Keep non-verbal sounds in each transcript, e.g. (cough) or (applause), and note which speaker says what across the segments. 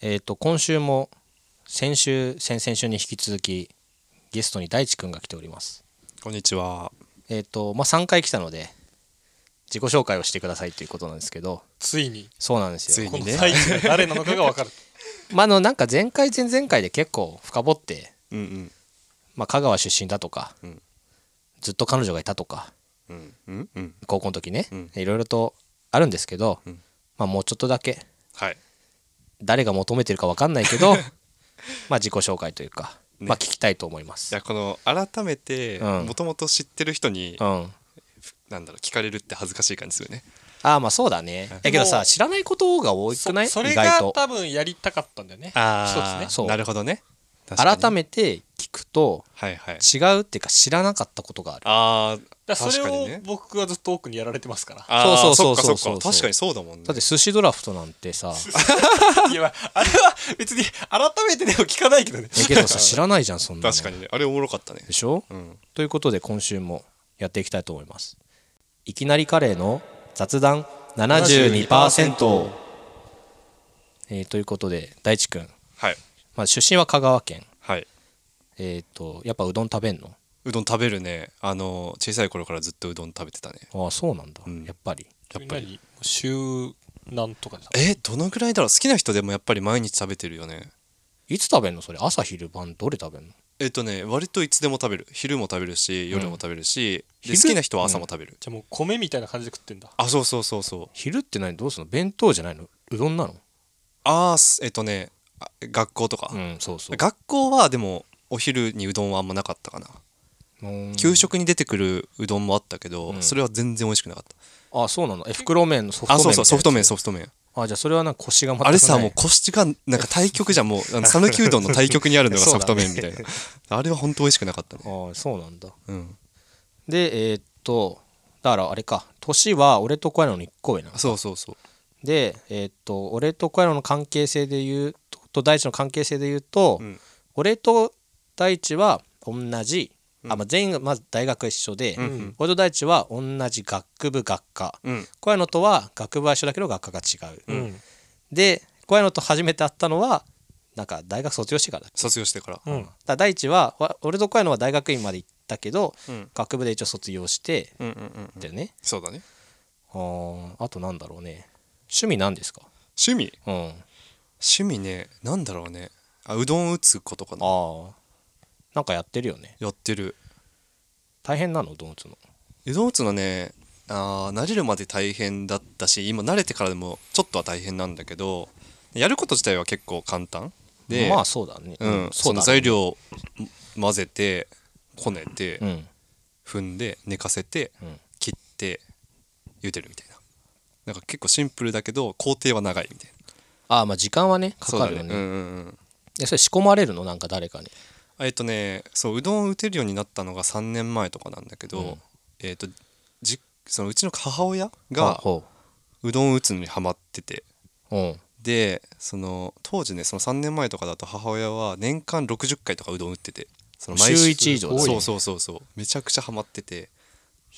Speaker 1: えっ、と今週も先週先々週に引き続きゲストに大地くんが来ております
Speaker 2: こんにちは。
Speaker 1: えっ、とまあ3回来たので自己紹介をしてくださいということなんですけど
Speaker 3: ついに
Speaker 1: そうなんですよ
Speaker 2: つい
Speaker 3: この
Speaker 2: にね
Speaker 3: 大地が誰なのかが分かる
Speaker 1: まああのなんか前回前々回で結構深掘って、
Speaker 2: (laughs) うんうん
Speaker 1: まあ、香川出身だとか、
Speaker 2: うん
Speaker 1: ずっと彼女がいたとか
Speaker 2: うんうんうん。
Speaker 1: 高校の時ね、
Speaker 2: うん
Speaker 1: いろいろとあるんですけど、
Speaker 2: うん
Speaker 1: まあもうちょっとだけ
Speaker 3: はい
Speaker 1: 誰が求めてるか分かんないけ
Speaker 2: (laughs)
Speaker 1: どまあ自己紹介というか、
Speaker 2: ね
Speaker 1: まあ聞きたいと思います
Speaker 2: いやこの改めて
Speaker 1: うん
Speaker 2: もともと知ってる人に
Speaker 1: う、ん
Speaker 2: なんだろう聞かれるって恥ずかしい感じするね。
Speaker 1: ああまあそうだねだけど
Speaker 3: も
Speaker 1: さ
Speaker 3: う
Speaker 1: 知らないことが多くない
Speaker 3: そそれ
Speaker 1: 意外
Speaker 3: が
Speaker 1: と
Speaker 3: 多分やりたかったんだよね
Speaker 2: あ
Speaker 1: そうですねそう
Speaker 2: なるほどね。
Speaker 1: 改
Speaker 2: め
Speaker 1: めて聞くと
Speaker 2: はいはい。
Speaker 1: 違うっていうか知らなかったことがある
Speaker 2: あー
Speaker 3: だからそ
Speaker 2: 確
Speaker 3: れ
Speaker 2: か
Speaker 3: を
Speaker 2: にね
Speaker 3: 僕はずっと奥にやられてますから
Speaker 2: あー
Speaker 1: そうそうそうそうそうそう
Speaker 2: っかっか
Speaker 1: そう
Speaker 2: 確かにそうだもんね。
Speaker 1: だって寿司ドラフトなんて
Speaker 2: (laughs)
Speaker 1: さ
Speaker 3: いやあれは別に改めてでも聞かないけどね
Speaker 1: えけどさ知らないじゃんそんなの
Speaker 2: 確かにねあれおもろかったね。
Speaker 1: でしょ
Speaker 2: うん。
Speaker 1: ということで今週もやっていきたいと思いますいきなりカレーの雑談72%えーということで大地君、
Speaker 2: はい
Speaker 1: まあ、出身は香川県
Speaker 2: はい。
Speaker 1: えっ、とやっぱうどん食べんの
Speaker 2: うどん食べるね。あの小さい頃からずっとうどん食べてたね。
Speaker 1: ああそうなんだ、
Speaker 2: うん
Speaker 1: やっぱり
Speaker 2: やっぱり。
Speaker 3: 何週何とかで
Speaker 2: えどのぐらいだろう好きな人でもやっぱり毎日食べてるよね。
Speaker 1: いつ食べんのそれ朝昼晩どれ食べんの
Speaker 2: えっとね割といつでも食べる昼も食べるし夜も食べるし、で
Speaker 1: 昼
Speaker 2: 好きな人は朝も食べる、
Speaker 3: じゃあもう米みたいな感じで食ってんだ
Speaker 2: あそうそうそうそう
Speaker 1: 昼って何どうすんの弁当じゃないのうどんなの
Speaker 2: ああすえっとねあ学校とか、
Speaker 1: うんそうそう
Speaker 2: 学校はでもお昼にうどんはあんまなかったかな、
Speaker 1: うん
Speaker 2: 給食に出てくるうどんもあったけど、
Speaker 1: うん
Speaker 2: それは全然美味しくなかっ
Speaker 1: ああそうなのえ袋麺のソフ
Speaker 2: た
Speaker 1: ト麺
Speaker 2: あそうそうソフト麺
Speaker 1: みたいなやつ
Speaker 2: ソフト麺
Speaker 1: あじゃあそれはなんか腰が全くな
Speaker 2: あ
Speaker 1: い
Speaker 2: れさもう腰がなんか対極じゃんもうあ
Speaker 1: (laughs)
Speaker 2: の讃岐うどんの対極にあるのが
Speaker 1: そ
Speaker 2: ソ
Speaker 1: う
Speaker 2: フ
Speaker 1: だ
Speaker 2: ト
Speaker 1: ね
Speaker 2: 麺みたいな、あれは本当美味しくなかったね
Speaker 1: ああそうなんだ
Speaker 2: うん
Speaker 1: でえーっとだからあれか年は俺と小屋の1個上なの
Speaker 2: そうそうそう
Speaker 1: でえーっと俺と小屋の関係性で言うとと大地の関係性で言うと、
Speaker 2: うん
Speaker 1: 俺と大地は同じ、あ
Speaker 2: うん
Speaker 1: まあ、全員がまず大学は一緒で、
Speaker 2: うんうん
Speaker 1: 俺と大地は同じ学部学科
Speaker 2: うん
Speaker 1: 小屋のとは学部は一緒だけど学科が違う、
Speaker 3: うん
Speaker 1: で小屋のと初めて会ったのはなんか大学卒業してからだ
Speaker 2: 卒業してから、
Speaker 3: うん
Speaker 1: だから大地はわ俺と小屋のは大学院まで行ったけど、
Speaker 2: うん
Speaker 1: 学部で一応卒業して
Speaker 2: うんうんうん
Speaker 1: だよね、
Speaker 2: そうだね
Speaker 1: あーあとなんだろうね趣味なんですか
Speaker 2: 趣味
Speaker 1: うんあ
Speaker 2: 趣味ねなんだろうねあうどん打つことかな
Speaker 1: あなんかやってるよね
Speaker 2: やってる
Speaker 1: 大変なのドーツの
Speaker 2: うどん打つのねあー慣れるまで大変だったし今慣れてからでもちょっとは大変なんだけどやること自体は結構簡単で、
Speaker 1: まあそうだね
Speaker 2: うん
Speaker 1: そ
Speaker 2: そう
Speaker 1: だ
Speaker 2: の
Speaker 1: ね
Speaker 2: 材料を混ぜてこねて、
Speaker 1: うん
Speaker 2: 踏んで寝かせて
Speaker 1: うん
Speaker 2: 切って茹でるみたいななんか結構シンプルだけど工程は長いみたいな
Speaker 1: ああまあ時間はねかかるよ
Speaker 2: そう
Speaker 1: ね
Speaker 2: だうんうんうん
Speaker 1: えそれ仕込まれるのなんか誰かに
Speaker 2: えっとねそううどんを打てるようになったのが3年前とかなんだけど、
Speaker 1: うん
Speaker 2: えっとじそのうちの母親
Speaker 1: あ
Speaker 2: が
Speaker 1: ほ
Speaker 2: うどんを打つのにハマってて
Speaker 1: ううん
Speaker 2: でその当時ねその3年前とかだと母親は年間60回とかうどん打っててその
Speaker 1: 週一以上だね
Speaker 2: そうそうそうそうめちゃくちゃハマってて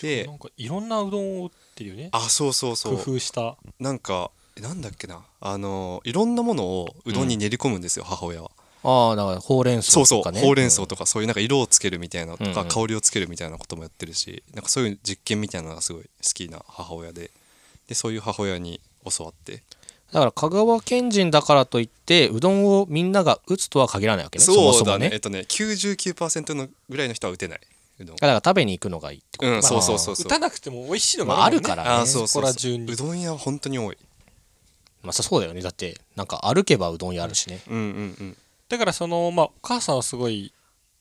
Speaker 2: で
Speaker 3: なんかいろんなうどんを売ってるよね
Speaker 2: あそうそうそ
Speaker 3: 工
Speaker 2: う
Speaker 3: 夫した
Speaker 2: なんかえなんだっけなあのいろんなものをうどんに練り込むんですよ、母親は
Speaker 1: ああだからほうれん
Speaker 2: そ
Speaker 1: 草
Speaker 2: うそ
Speaker 1: と
Speaker 2: う、
Speaker 1: かね
Speaker 2: ほうれん草とかそういうなんか色をつけるみたいなのと
Speaker 1: うん
Speaker 2: か
Speaker 1: うん
Speaker 2: 香りをつけるみたいなこともやってるしなんかそういう実験みたいなのがすごい好きな母親ででそういう母親に教わって
Speaker 1: だから香川県人だからといってうどんをみんなが打つとは限らないわけねも
Speaker 2: そう
Speaker 1: そ
Speaker 2: だ
Speaker 1: も
Speaker 2: ねえっとね99%のぐらいの人は打てないうどん
Speaker 1: だから食べに行くのがいいってこと
Speaker 2: うんそうそうそう
Speaker 3: 打
Speaker 2: そう
Speaker 3: たなくても美味しいの
Speaker 1: ま
Speaker 3: が
Speaker 1: ああ
Speaker 3: も
Speaker 1: る
Speaker 3: ん
Speaker 1: からね
Speaker 2: ああそう
Speaker 3: そ
Speaker 2: そう
Speaker 3: こら
Speaker 2: そう
Speaker 3: 中に
Speaker 2: うどん屋は本当に多い
Speaker 1: まあそそうだよねだってなんか歩けばうどん屋あるしね
Speaker 2: うんうんうん
Speaker 3: だからそのまあお母さんはすごい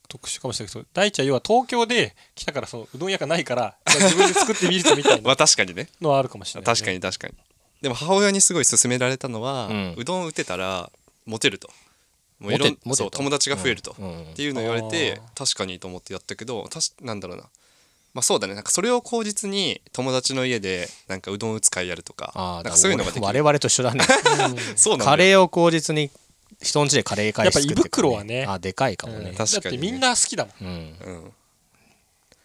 Speaker 3: 特殊かもしれないけど大ちゃん要は東京で来たからそのうどん屋がないからじゃあ自分で作ってみるとみたい
Speaker 2: ま
Speaker 3: な
Speaker 2: あ確かにね
Speaker 3: のはあるかもしれない、ね、
Speaker 2: 確かに確かにでも母親にすごい勧められたのは、
Speaker 1: う
Speaker 2: うんどん打てたらモテるとも
Speaker 1: モ
Speaker 2: ういろ
Speaker 1: テ
Speaker 2: ん
Speaker 1: モテる
Speaker 2: そう
Speaker 1: と
Speaker 2: 友達が増えると、
Speaker 1: うんうん
Speaker 2: っていうのを言われて
Speaker 3: あ
Speaker 2: 確かにと思ってやったけどたしなんだろうなまあそうだねなんかそれを口実に友達の家でなんかうどん打つ会やるとか
Speaker 1: ああ
Speaker 2: なん
Speaker 1: だ
Speaker 2: か
Speaker 1: か
Speaker 2: そういう
Speaker 1: ら
Speaker 2: のができ
Speaker 1: 我
Speaker 2: る
Speaker 1: 々と一緒だね
Speaker 2: (laughs) そうなんだ
Speaker 1: カ
Speaker 2: よ
Speaker 1: レーを口実に人んちでカレー会
Speaker 3: やっぱ胃袋はね
Speaker 1: あでかいかもね、
Speaker 3: うん
Speaker 2: 確かにね
Speaker 3: だってみんな好きだも
Speaker 1: う
Speaker 3: ん
Speaker 1: ん
Speaker 2: うん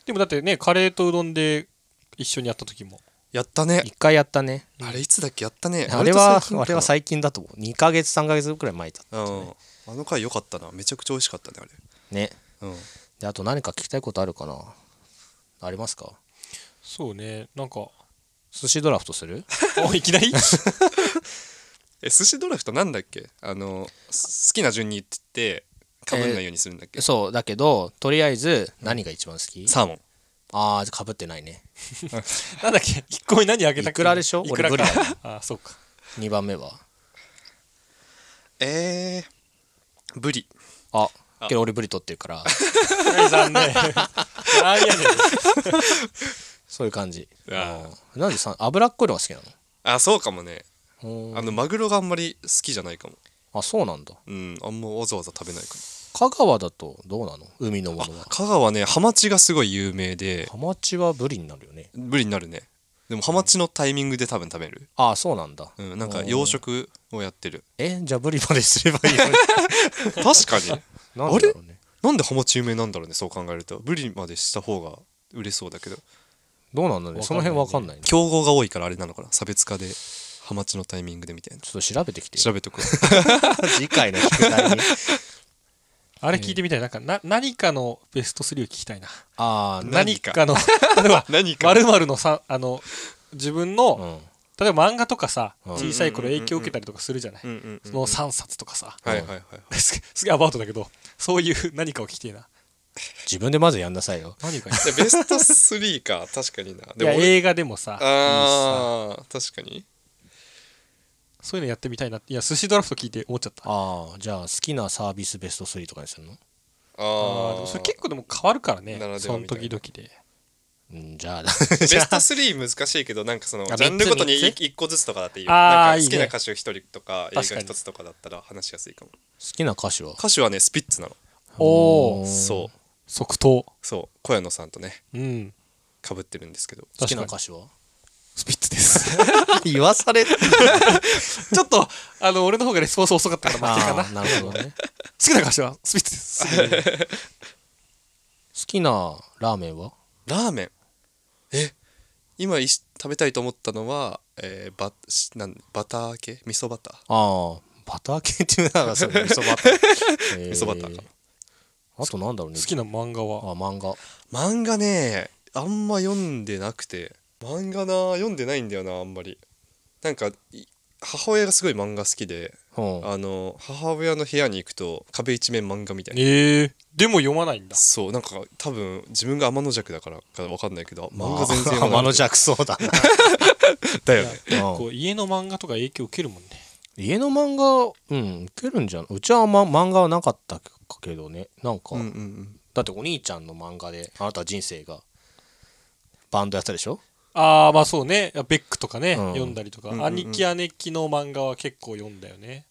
Speaker 3: でもだってねカレーとうどんで一緒にやった時も
Speaker 2: やったね
Speaker 1: 一回やったね
Speaker 2: あれいつだっけやったね
Speaker 1: あれは
Speaker 2: 割と最近か
Speaker 1: あれは最近だと思う2ヶ月3ヶ月くらい前だった
Speaker 2: うんあの回良かったなめちゃくちゃ美味しかったねあれ
Speaker 1: ね
Speaker 2: うん
Speaker 1: であと何か聞きたいことあるかなありますか
Speaker 3: そうねなんか (laughs)
Speaker 1: 寿司ドラフトする
Speaker 3: おいきなり
Speaker 2: え寿司ドラフトなんだっけあのす好きな順に言ってかぶんないようにするんだっけ、
Speaker 1: そうだけどとりあえず何が一番好き、
Speaker 2: サーモン
Speaker 1: ああかぶってないね
Speaker 3: なんだっけ一個目何あげたっけ
Speaker 1: いくらでしょ
Speaker 3: いくら
Speaker 1: 俺
Speaker 3: か
Speaker 1: ブリだ
Speaker 3: あそうか
Speaker 1: 2番目は
Speaker 2: えー、ブリ
Speaker 1: あけど俺ブリ取ってるから
Speaker 3: はい残念なんやねん
Speaker 1: (laughs) そういう感じ
Speaker 2: あ
Speaker 1: うんなんでさ脂っこいのが好きな
Speaker 2: あそうかもね
Speaker 1: の
Speaker 2: あのマグロがあんまり好きじゃないかも
Speaker 1: あそうなんだ
Speaker 2: うんあんまわざわざ食べないか
Speaker 1: 香川だとどうなの海のもの
Speaker 2: も
Speaker 1: は
Speaker 2: 香川ねハマチがすごい有名で
Speaker 1: ハマチはブリになるよね
Speaker 2: ブリになるねでもハマチのタイミングで多分食べる、
Speaker 1: ああそうなんだ、
Speaker 2: うん、なん
Speaker 1: お
Speaker 2: か
Speaker 1: ー
Speaker 2: 養殖をやってる
Speaker 1: えじゃあブリまですればいいのに
Speaker 2: 確かに (laughs)
Speaker 1: (laughs) なんでだろうね
Speaker 2: なんでハマチ有名なんだろうねそう考えるとブリまでした方が売れそうだけど
Speaker 1: どうなんだろうねその辺わかんないね
Speaker 2: 競合が多いからあれなのかな差別化でハマチのタイミングでみたいな
Speaker 1: ちょっと調べてきてよ
Speaker 2: 調べとく
Speaker 1: (laughs) 次回の宿題に
Speaker 3: あれ聞いてみたいなんかな何かのベスト3を聞きたいな
Speaker 1: (laughs) ああ
Speaker 2: な何
Speaker 3: 何
Speaker 2: か
Speaker 3: かの (laughs) 例えば
Speaker 2: (laughs) 何か
Speaker 3: 丸々のさあの自分
Speaker 1: う
Speaker 3: の
Speaker 1: ん
Speaker 3: 例えば漫画とかさ
Speaker 1: うん
Speaker 3: 小さい頃影響受けたりとかするじゃない
Speaker 2: うんうんうん
Speaker 3: その3冊とかさ
Speaker 2: はいはいはい
Speaker 3: すげ (laughs) すげえアバウトだけどそういう何かを聞きてえな
Speaker 1: 自分でまずやんなさいよ
Speaker 3: 何か
Speaker 2: ベスト3か確かにないで
Speaker 3: や
Speaker 2: も俺
Speaker 3: 映画でもさ
Speaker 2: ああ確かに
Speaker 3: そういうのやってみたいなっていや寿司ドラフト聞いて思っちゃったあ
Speaker 1: ああじゃあ好きなサービスベスト3とかにするの、
Speaker 3: ーでもそれ結構でも変わるからね
Speaker 2: ならで
Speaker 3: そ
Speaker 2: は
Speaker 3: の
Speaker 2: みたいな
Speaker 3: 時々で
Speaker 1: うん、じゃあ (laughs)
Speaker 2: ベスト3難しいけどなんかそのジ
Speaker 1: あ
Speaker 2: ャンルごとに
Speaker 1: 三つ
Speaker 2: 1個ずつとかだっていいよ
Speaker 3: あー
Speaker 2: なんか好きない
Speaker 3: いね
Speaker 2: 歌手1人とか映画
Speaker 3: 確かに
Speaker 2: 1つとかだったら話しやすいかも
Speaker 1: 好きな歌手は
Speaker 2: 歌手はねスピッツなの
Speaker 3: おお
Speaker 1: うん
Speaker 2: そう
Speaker 3: 即答
Speaker 2: そう小屋野さんとね
Speaker 3: うん
Speaker 2: かぶってるんですけど
Speaker 1: 好きな歌手は
Speaker 3: スピッツです
Speaker 2: (laughs)
Speaker 1: 言わされる
Speaker 3: ちょっとあの俺の方がレスポンス遅かった
Speaker 2: (laughs)
Speaker 3: から負けかな
Speaker 1: あ
Speaker 3: 好
Speaker 1: あなるほどね好
Speaker 3: きな歌手はスピッツですす
Speaker 2: (laughs)
Speaker 3: ぐに
Speaker 1: きなラーメンは
Speaker 2: ラーメンえ今いし食べたいと思ったのは、えーバしなんバター系味噌バター
Speaker 1: ああバター系っていうのはそう味噌バター味
Speaker 2: 味噌バターか
Speaker 1: あとなんだろうね
Speaker 3: 好きな漫画
Speaker 1: あ
Speaker 3: は
Speaker 1: 漫画
Speaker 2: 漫画ねあんま読んでなくて漫画な読んでないんだよなあんまりなんかい母親がすごい漫画好きで
Speaker 1: うん
Speaker 2: あの母親の部屋に行くと壁一面漫画みたいな
Speaker 3: ええでも読まないんだ
Speaker 2: そうなんか多分自分が天の弱だからか分かんないけど漫画全然読まな
Speaker 1: (laughs) 天の
Speaker 2: い
Speaker 1: 弱そうだな
Speaker 2: だよね
Speaker 3: こう家の漫画とか影響受けるもんね
Speaker 1: 家の漫画うん受けるんじゃないうちは、ま、漫画はなかったけどねなんか、
Speaker 2: うんうんうん
Speaker 1: だってお兄ちゃんの漫画であなた人生がバンドやったでしょ
Speaker 3: ああまあそうねベックとかね、
Speaker 1: うん
Speaker 3: 読んだりとか、
Speaker 2: うんうんうん
Speaker 3: 兄貴姉貴の漫画は結構読んだよね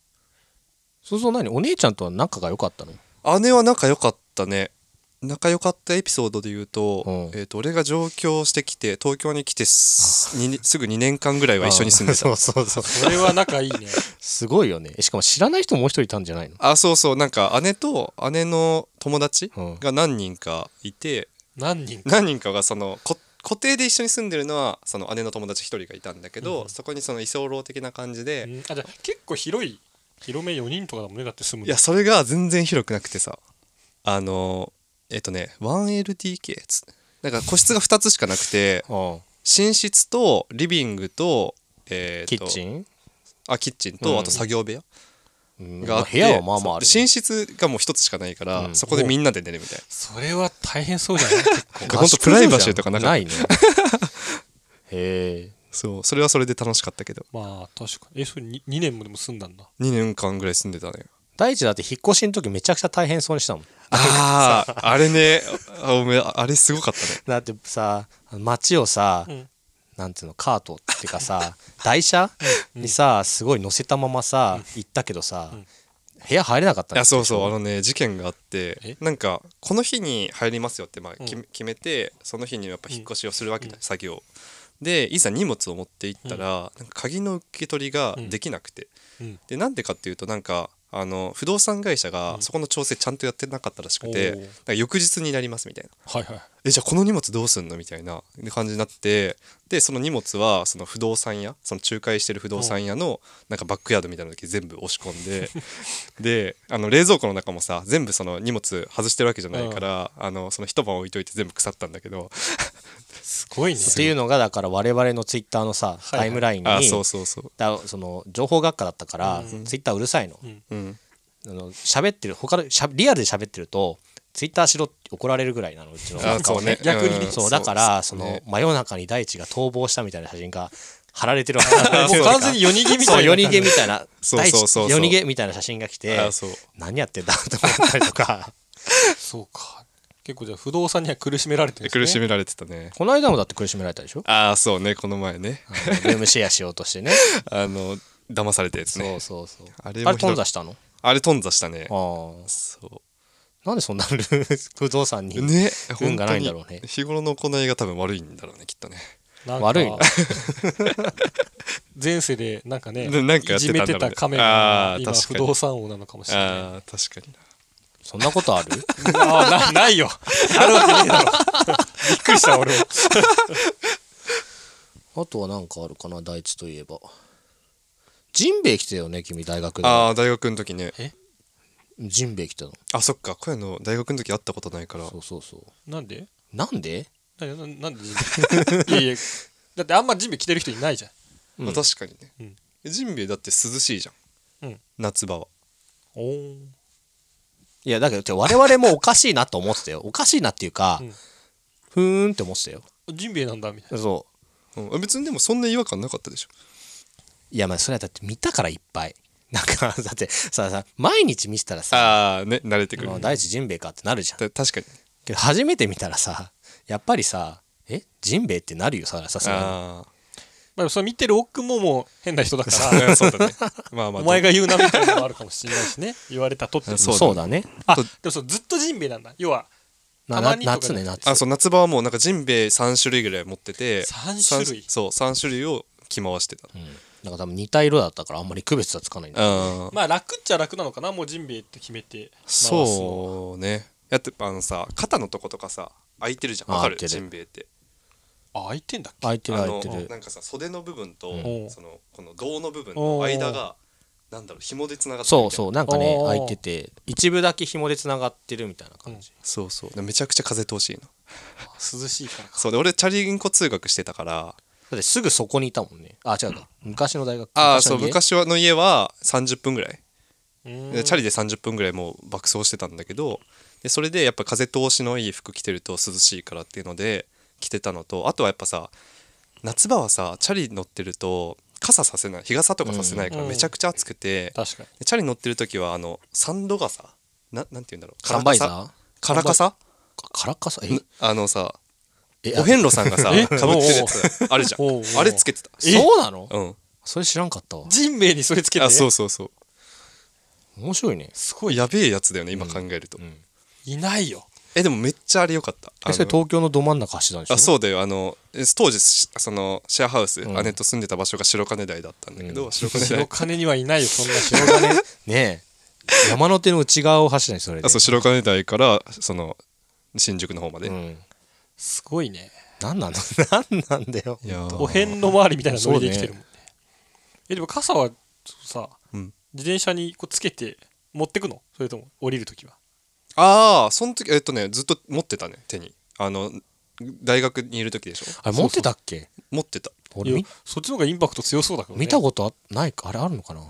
Speaker 1: そうそう何お姉ちゃんとは仲が良かったの
Speaker 2: 姉は仲良かったね仲良かったエピソードで言うと,、
Speaker 1: うん
Speaker 2: えー、と俺が上京してきて東京に来てすにすぐ2年間ぐらいは一緒に住んでた
Speaker 1: あー (laughs) そうそうそう
Speaker 3: それは仲
Speaker 2: (laughs)
Speaker 3: いいね
Speaker 1: すごいよねしかも知らない人もう一人いたんじゃないの
Speaker 2: あそうそうなんか姉と姉の友達
Speaker 1: うん
Speaker 2: が何人かいて、
Speaker 3: 何人か
Speaker 2: 何人かがそのこ固定で一緒に住んでるのはその姉の友達一人がいたんだけど、そこにその居候的な感じで、
Speaker 3: うんあじゃあ結構広い広め4人とかだもんねだって住むの
Speaker 2: いやそれが全然広くなくてさあのえっ、とね 1LDK つなんか個室が2つしかなくて
Speaker 1: うん
Speaker 2: 寝室とリビングと,、え
Speaker 1: キッチ
Speaker 2: ン
Speaker 1: ン、
Speaker 2: あキッチンと、
Speaker 1: うん
Speaker 2: あと作業部屋
Speaker 1: うん
Speaker 2: があって
Speaker 1: 部屋はまあまあある
Speaker 2: そうで寝室がもう一つしかないから、
Speaker 1: うん
Speaker 2: そこでみんなで寝るみたい
Speaker 3: それは大変そうじゃない結構
Speaker 2: なほんとプライバシーとかなか
Speaker 1: な
Speaker 2: った
Speaker 1: いね
Speaker 2: (laughs)
Speaker 1: へえ
Speaker 2: そうそれはそれで楽しかったけど
Speaker 3: まあ確かにえそれ 2, 2年もでも住んだんだ
Speaker 2: 2年間ぐらい住んでたね
Speaker 1: 大地だって引っ越しの時めちゃくちゃ大変そうにしたもん
Speaker 2: あああれねあおめあれすごかった
Speaker 3: (laughs)
Speaker 2: ね
Speaker 1: だってさ街をさ、
Speaker 3: うん
Speaker 1: なんていうのカートっていうか
Speaker 3: (laughs)
Speaker 1: さ台車にさすごい乗せたままさ行ったけどさ、部屋入れなかった
Speaker 2: いやそうそうあのね事件があって
Speaker 3: え
Speaker 2: なんかこの日に入りますよってまあ決
Speaker 3: う
Speaker 2: め決めてその日にやっぱ引っ越しをするわけだ、作業でいざ荷物を持って行ったら、なんか鍵の受け取りができなくて、
Speaker 3: うん
Speaker 2: でなんでかっていうとなんかあの不動産会社がそこの調整ちゃんとやってなかったらしくて、
Speaker 3: おー
Speaker 2: なんか翌日になりますみたいな
Speaker 3: はいはい
Speaker 2: えじゃあこの荷物どうすんのみたいな感じになってでその荷物はその不動産屋その仲介してる不動産屋のなんかバックヤードみたいな時全部押し込んで (laughs) であの冷蔵庫の中もさ全部その荷物外してるわけじゃないから、あのその一晩置いといて全部腐ったんだけど
Speaker 3: すごいね
Speaker 1: っていうのがだから我々のツイッターのさ
Speaker 3: はいは
Speaker 1: タ
Speaker 3: い
Speaker 1: イムラインに
Speaker 2: あそうそうそう
Speaker 1: だその情報学科だったからツイッターうるさいの
Speaker 2: うん
Speaker 1: あの喋ってる他のしゃリアルで喋ってるとツイッターしろって怒られるぐらいなのうちの
Speaker 2: あそうね
Speaker 3: 逆にね
Speaker 2: ん
Speaker 1: そうだからそ
Speaker 2: ね
Speaker 1: の真夜中に大地が逃亡したみたいな写真が貼られてる
Speaker 3: もう完全に夜逃げみたいな
Speaker 1: そう夜逃げみたいな
Speaker 2: そうそうそうそう
Speaker 1: 大地夜逃げみたいな写真が来て
Speaker 2: あそう
Speaker 1: 何やってんだと思ったりとか
Speaker 3: そうか結構じゃあ不動産には苦しめられてるんですね
Speaker 2: 苦しめられてたね
Speaker 1: (laughs) この間もだって苦しめられたでし (laughs) ょ
Speaker 2: ああそうねこの前ね
Speaker 1: あのルームシェアしようとしてね
Speaker 2: あの騙されたやつ
Speaker 1: そ
Speaker 2: ね
Speaker 1: うそうそうあ
Speaker 2: あ
Speaker 1: れ
Speaker 2: れもひどい
Speaker 1: 頓挫したの
Speaker 2: あれ頓挫したね
Speaker 1: ああ
Speaker 2: そ
Speaker 1: なんでそんなルー不動産
Speaker 2: う
Speaker 1: に
Speaker 2: ね
Speaker 1: 運がないんだろうね
Speaker 2: 本当に日頃の行いが多分悪いんだろうねきっとね
Speaker 3: なんか
Speaker 1: 悪い
Speaker 3: (laughs) 前世でなんかね
Speaker 2: ななんかや
Speaker 3: い
Speaker 2: ってた
Speaker 3: じ
Speaker 2: んだ
Speaker 3: め
Speaker 2: ろうね
Speaker 3: てた亀が
Speaker 2: あー
Speaker 3: 今
Speaker 2: 確か
Speaker 3: 不
Speaker 2: に
Speaker 3: 動産王なのかもしれない
Speaker 2: ああ確かにな
Speaker 1: そんなことある
Speaker 3: ああなないよあるわけねえだろびっくりした俺
Speaker 2: (laughs)
Speaker 3: も
Speaker 1: あとはなんかあるかな大地といえばジンベエ来てたよね君大学で
Speaker 2: ああ大学の時ね
Speaker 1: ジンベエ来てたの
Speaker 2: あそっか声の大学の時会ったことないから
Speaker 1: そうそうそう
Speaker 3: なんで
Speaker 1: なんで
Speaker 3: なななんでジンベエいやいやだってあんまジンベエ着てる人いないじゃん
Speaker 2: まあ確かに
Speaker 3: う
Speaker 2: ね
Speaker 3: ん
Speaker 2: ジンベエだって涼しいじゃ
Speaker 3: うん
Speaker 2: ん夏場は
Speaker 3: おー
Speaker 1: いやだけど我々もおかしいなと思ってたよおかしいなっていうか、
Speaker 3: うん
Speaker 1: ふーんって思ってたよ
Speaker 3: ジンベエなんだみたいな
Speaker 1: そう
Speaker 2: うんあ別にでもそんな違和感なかったでしょ
Speaker 1: いやまあそれはだって見たからいっぱいなんか (laughs) だってささ毎日見せたらさ
Speaker 2: ああね慣れてくる
Speaker 1: まあ第一ジンベエかってなるじゃん
Speaker 2: た確かに
Speaker 1: けど初めて見たらさやっぱりさえジンベエってなるよささすが
Speaker 2: あ
Speaker 3: まあそれ見てる奥ももう変な人だか
Speaker 2: あ
Speaker 3: ら
Speaker 2: そうだねまあまあ
Speaker 3: (laughs) お前が言うなみたいなのもあるかもしれないしね (laughs) 言われたとって
Speaker 1: に
Speaker 3: も
Speaker 1: そうだね
Speaker 3: あでもそうずっとジンベエなんだ要は
Speaker 1: な
Speaker 3: たまにとか
Speaker 1: 夏ね夏
Speaker 2: あそう夏場はもうなんかジンベエ3種類ぐらい持ってて
Speaker 3: 三種
Speaker 2: 三
Speaker 3: 類
Speaker 2: そう3種類を着回してた
Speaker 1: うん、なんか多分似た色だったからあんまり区別はつかないんだ
Speaker 2: うん
Speaker 3: まあ楽っちゃ楽なのかなもうジンベエって決めて回すのは
Speaker 2: そうねやってあのさ肩のとことかさ空いてるじゃん
Speaker 1: あ
Speaker 2: わかる
Speaker 1: 開いて
Speaker 2: ジ
Speaker 1: る
Speaker 2: ンベエって
Speaker 3: あ開いてんだっけ
Speaker 1: 開いてる
Speaker 2: あ
Speaker 1: 開い
Speaker 2: の
Speaker 1: てる
Speaker 2: なんかさ袖の部分と、
Speaker 3: ん
Speaker 2: そのこの胴の部分の間がなんだろう紐でつながってる
Speaker 1: そ
Speaker 2: み
Speaker 1: う
Speaker 2: たいな
Speaker 1: そうなんかね
Speaker 3: おー
Speaker 1: 開いてて一部だけ紐でつながってるみたいな感じ、
Speaker 2: そうそうでめちゃくちゃ風通しいいの
Speaker 3: 涼しいからか
Speaker 2: そうで俺チャリンコ通学してたから
Speaker 1: だってすぐそこにいたもんねあ違うか昔の大学
Speaker 2: ああそう
Speaker 1: の家
Speaker 2: 昔の家は30分ぐらい、
Speaker 3: うん
Speaker 2: でチャリで30分ぐらいもう爆走してたんだけどでそれでやっぱ風通しのいい服着てると涼しいからっていうので着てたのとあとはやっぱさ夏場はさチャリ乗ってると傘させない日傘とかさせないから
Speaker 3: うん
Speaker 2: めちゃくちゃ暑くて、
Speaker 3: 確かに
Speaker 2: でチャリ乗ってる時はあのサンド傘ななんて言うんだろう
Speaker 1: サンバイザ
Speaker 2: カラカ
Speaker 1: ー
Speaker 2: サカラカサ
Speaker 1: カラカサえ
Speaker 2: あのさ
Speaker 1: え
Speaker 2: お遍路さんがさかぶ
Speaker 3: え
Speaker 2: ってるやつあるじゃ
Speaker 3: おうおうん
Speaker 2: あれつけてた
Speaker 1: あそうなの
Speaker 2: うん
Speaker 1: それ知らんかったわ
Speaker 3: ジンベエにそれつけて
Speaker 2: あそうそうそう
Speaker 1: 面白いね
Speaker 2: すごいやべえやつだよね今考えると
Speaker 3: いないよ
Speaker 2: えでもめっちゃあれよかったあ
Speaker 1: え
Speaker 2: の
Speaker 1: それ東京のど真ん中走ってたんでしょ
Speaker 2: あそうだよあのえ当時しそのシェアハウス
Speaker 1: ん
Speaker 2: 姉と住んでた場所が白金台だったんだけど白金
Speaker 3: 白
Speaker 2: 台
Speaker 3: 金にはいないよそんな白金
Speaker 1: ねえ山手の内側を走ったんそれで
Speaker 2: あそう白金台からその新宿の方まで
Speaker 1: うん
Speaker 3: すごいね
Speaker 1: 何なの何 (laughs) なんだよ
Speaker 2: いやー
Speaker 3: お遍路周りみたいなノリで生きてるもんねえでも傘はさ
Speaker 2: うん
Speaker 3: 自転車にこうつけて持ってくのそれとも降りるときは
Speaker 2: ああその時えっとねずっと持ってたね手にあの大学にいる時でしょ
Speaker 1: あれ持ってたっけ
Speaker 2: 持ってた
Speaker 1: 俺
Speaker 3: いや
Speaker 1: み
Speaker 3: そっちの方がインパクト強そうだけどね
Speaker 1: 見たことあないかあれあるのかな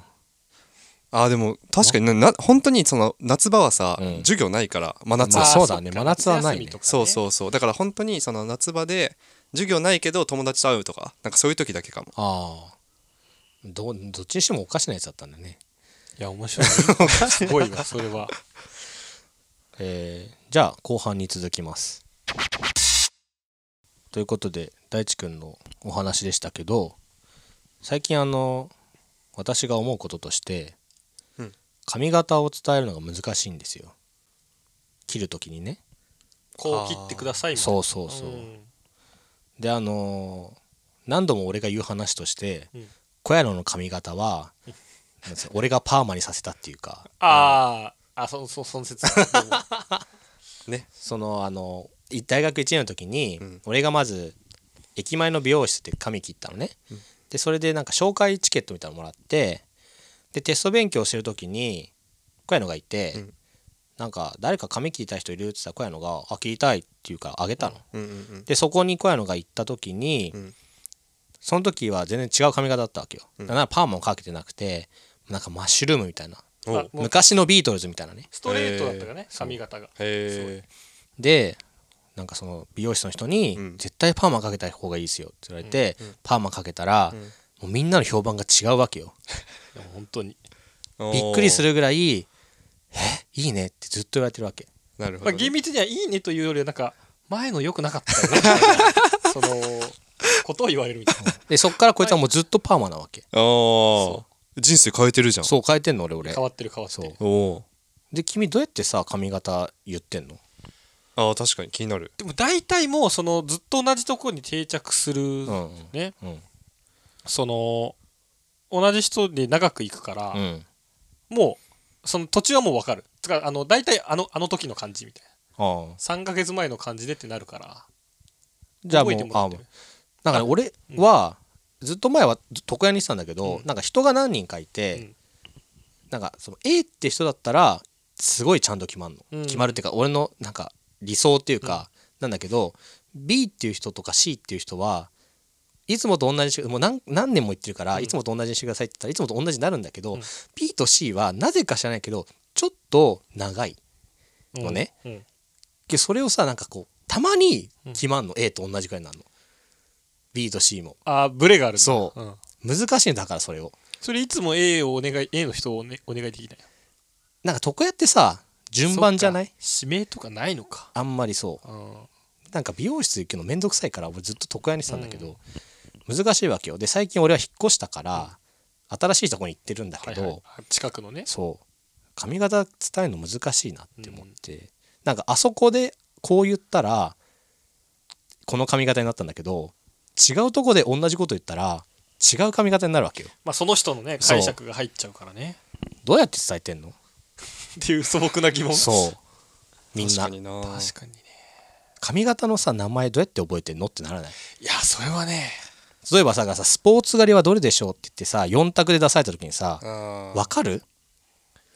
Speaker 2: あーでも確かになな本当にその夏場はさ、
Speaker 1: うん
Speaker 2: 授業ないから真夏
Speaker 1: まあ
Speaker 2: はさ、
Speaker 1: そうだ
Speaker 3: っ
Speaker 1: ね
Speaker 3: か
Speaker 1: 真夏はないね
Speaker 3: 夏休みとか
Speaker 2: そうそうそうだから本当にその夏場で授業ないけど友達と会うとかなんかそういう時だけかも
Speaker 1: ああどどっちにしてもおかしなやつだったんだね
Speaker 3: いや面白いすご
Speaker 1: (laughs)
Speaker 3: いわそれは
Speaker 1: えーじゃあ後半に続きますということで大地くんのお話でしたけど最近あの私が思うこととして、
Speaker 2: うん
Speaker 1: 髪型を伝えるのが難しいんですよ切る時にね
Speaker 3: こう切ってくださいみたい
Speaker 1: そ
Speaker 3: な
Speaker 1: うそうそう、
Speaker 3: ん
Speaker 1: であのー何度も俺が言う話として、
Speaker 3: うん
Speaker 1: 小屋野の髪型はなんつうの俺がパーマにさせたっていうか
Speaker 3: あーあそそそ
Speaker 1: (laughs)
Speaker 3: の説
Speaker 2: ね
Speaker 1: そのあのい大学1年の時に、
Speaker 2: うん
Speaker 1: 俺がまず駅前の美容室で髪切ったのね、でそれでなんか紹介チケットみたいなのもらってでテスト勉強してる時に小屋野がいて、
Speaker 2: うん
Speaker 1: なんか誰か髪切りたい人いるって言ったら小屋野が「あ切りたい」って言うからあげたの、
Speaker 2: うんうんうん
Speaker 1: でそこに小屋野が行った時に、
Speaker 2: うん
Speaker 1: その時は全然違う髪型だったわけよ、だからパーマもかけてなくてなんかマッシュルームみたいな
Speaker 2: お
Speaker 3: あ
Speaker 2: う
Speaker 3: もう
Speaker 1: 昔のビートルズみたいなね
Speaker 3: ストレートだったからね、髪型が
Speaker 2: へえ
Speaker 1: でなんかその美容師の人に
Speaker 2: うん
Speaker 1: 「絶対パーマかけた方がいいですよ」って言われて、パーマかけたら、もうみんなの評判が違うわけよ
Speaker 3: でも本当に、
Speaker 1: びっくりす
Speaker 2: る
Speaker 1: るぐらい「えいいね」ってずっと言われてるわけ
Speaker 2: なるほ
Speaker 3: ま
Speaker 2: どね
Speaker 3: あ、厳密にはいいねというよりはなんか前の良くなかった
Speaker 1: (laughs)
Speaker 3: よねみたいなそのことを言われるみたいな
Speaker 1: でそっからこいつはもうずっとパーマなわけ、
Speaker 2: あー人生変えてるじゃん
Speaker 1: そう変えてんの俺俺
Speaker 3: 変わってる変わって
Speaker 1: そ
Speaker 3: る
Speaker 1: う
Speaker 2: おう
Speaker 1: で君どうやってさ髪型言ってんの
Speaker 2: あー確かに気になる
Speaker 3: でも大体もうそのずっと同じところに定着する、
Speaker 1: うんうん
Speaker 3: ね
Speaker 1: うん
Speaker 3: その同じ人で長くいくから、
Speaker 1: うん
Speaker 3: もうその途中はもう分かるつかあの大体あのあの時の感じみたい
Speaker 1: ああ
Speaker 3: な3ヶ月前の感じでってなるから
Speaker 1: じゃあも
Speaker 3: 覚
Speaker 1: う
Speaker 3: えてもら
Speaker 1: あ
Speaker 3: っ
Speaker 1: あ
Speaker 3: てる
Speaker 1: なんかね俺はずっと前は床屋にしてたんだけど、
Speaker 3: うん
Speaker 1: なんか人が何人かいて、
Speaker 3: うん
Speaker 1: なんかその A って人だったらすごいちゃんと決まるの、
Speaker 3: うん
Speaker 1: 決まるっていうか俺のなんか理想っていうか、なんだけど B っていう人とか C っていう人はいつもと同じにしてもう何何年も言ってるから、
Speaker 3: うん
Speaker 1: いつもと同じにしてくださいって言ったらいつもと同じになるんだけど、
Speaker 3: うん
Speaker 1: B と C はなぜか知らないけどちょっと長いのね、
Speaker 3: うんうん
Speaker 1: でそれをさなんかこうたまに決まんの、A と同じくらいになるの B と C も
Speaker 3: あーブレがあるんだ
Speaker 1: そうん難しいんだからそれを
Speaker 3: それいつも A をお願い A の人をお,、ね、お願いできない
Speaker 1: なんか床屋ってさ順番じゃない
Speaker 3: そうか指名とかないのか
Speaker 1: あんまりそう
Speaker 3: うん
Speaker 1: なんか美容室行くのめんどくさいから俺ずっと床屋にしてたんだけど、難しいわけよで最近俺は引っ越したから、新しいとこに行ってるんだけど、
Speaker 3: はいはいはい近くのね
Speaker 1: そう髪型伝えるの難しいなって思って、なんかあそこでこう言ったらこの髪型になったんだけど違うとこで同じこと言ったら違う髪型になるわけよ
Speaker 3: まあその人のね
Speaker 1: そう
Speaker 3: 解釈が入っちゃうからね
Speaker 1: どうやって伝えてんの
Speaker 3: っていう素朴な疑問
Speaker 1: そうみん
Speaker 2: 確
Speaker 1: な
Speaker 2: かにな
Speaker 3: 確かにね
Speaker 1: 髪型のさ名前どうやって覚えてんのってならない
Speaker 3: いやそれはね
Speaker 1: 例えばさがさスポーツ狩りはどれでしょうって言ってさ4択で出された時にさ
Speaker 2: あー
Speaker 1: わかる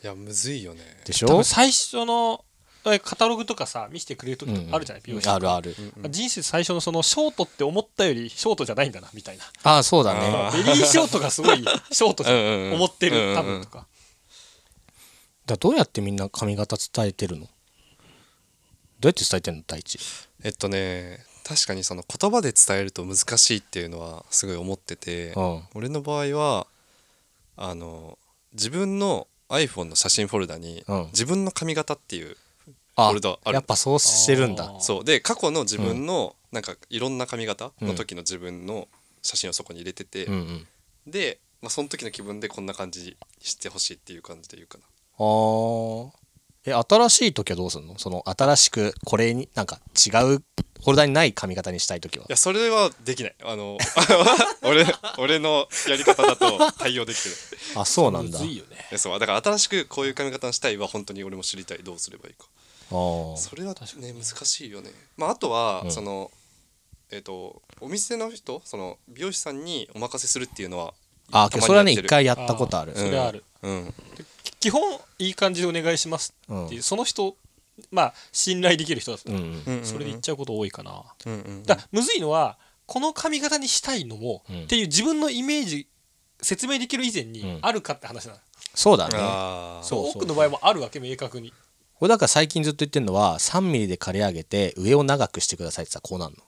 Speaker 2: いやむずいよね
Speaker 1: でしょ
Speaker 3: 多分最初のえカタログとかさ見せてくれる時とかあるじゃない、美容師
Speaker 1: あるある、
Speaker 2: うん
Speaker 3: 人生最初のそのショートって思ったよりショートじゃないんだなみたいな
Speaker 1: ああそうだね
Speaker 2: あ
Speaker 3: ベリーショートがすごいショート
Speaker 1: (laughs)
Speaker 3: じゃ
Speaker 2: うんうんうん
Speaker 3: ん思って
Speaker 2: うんうん
Speaker 3: る多分とか
Speaker 1: だどうやってみんな髪型伝えてるのどうやって伝えてんの第一
Speaker 2: えっとね確かにその言葉で伝えると難しいっていうのはすごい思ってて、
Speaker 1: うん
Speaker 2: 俺の場合はあの自分の iPhone の写真フォルダに
Speaker 1: うん
Speaker 2: 自分の髪型っていう、
Speaker 1: あ
Speaker 2: 俺だある
Speaker 1: やっぱそうしてるん
Speaker 3: あ
Speaker 1: だ
Speaker 3: ー
Speaker 2: そうで過去の自分のなんかいろんな髪型の時の自分の写真をそこに入れてて、
Speaker 1: うんうん
Speaker 2: で、まあ、その時の気分でこんな感じにしてほしいっていう感じで言うかな
Speaker 1: あーえ新しい時はどうするのその新しくこれになんか違うフォルダにない髪型にしたい時はい
Speaker 2: やそれはできないあの (laughs) 俺俺のやり方だと対応できてる
Speaker 1: あそうなんだ
Speaker 3: むずいよね
Speaker 2: いやそうだから新しくこういう髪型にしたいは本当に俺も知りたいどうすればいいか
Speaker 1: あー
Speaker 2: それはね難しいよね、まあ、あとは、
Speaker 1: うん
Speaker 2: そのえっ、とお店の人その美容師さんにお任せするっていうのは
Speaker 1: あ
Speaker 2: たまに
Speaker 1: それはね
Speaker 2: やって
Speaker 1: 一
Speaker 2: る
Speaker 1: 回やったことある
Speaker 3: ーそれはある
Speaker 2: うん
Speaker 3: 基本いい感じでお願いしますっていう、
Speaker 1: うん
Speaker 3: その人まあ信頼できる人だった
Speaker 1: う
Speaker 3: ら、
Speaker 1: ん
Speaker 2: うんうん
Speaker 3: それでいっちゃうこと多いかな
Speaker 2: うんうん
Speaker 3: だからむずいのはこの髪型にしたいのも、
Speaker 1: うん
Speaker 3: っていう自分のイメージ説明できる以前
Speaker 1: うん
Speaker 3: にあるかって話なの、
Speaker 1: そうだね
Speaker 2: あー
Speaker 1: そう
Speaker 3: 多くの場合もあるわけ明確に
Speaker 1: これだから最近ずっと言ってるのは3ミリで刈り上げて上を長くしてくださいって言ったらこうなるの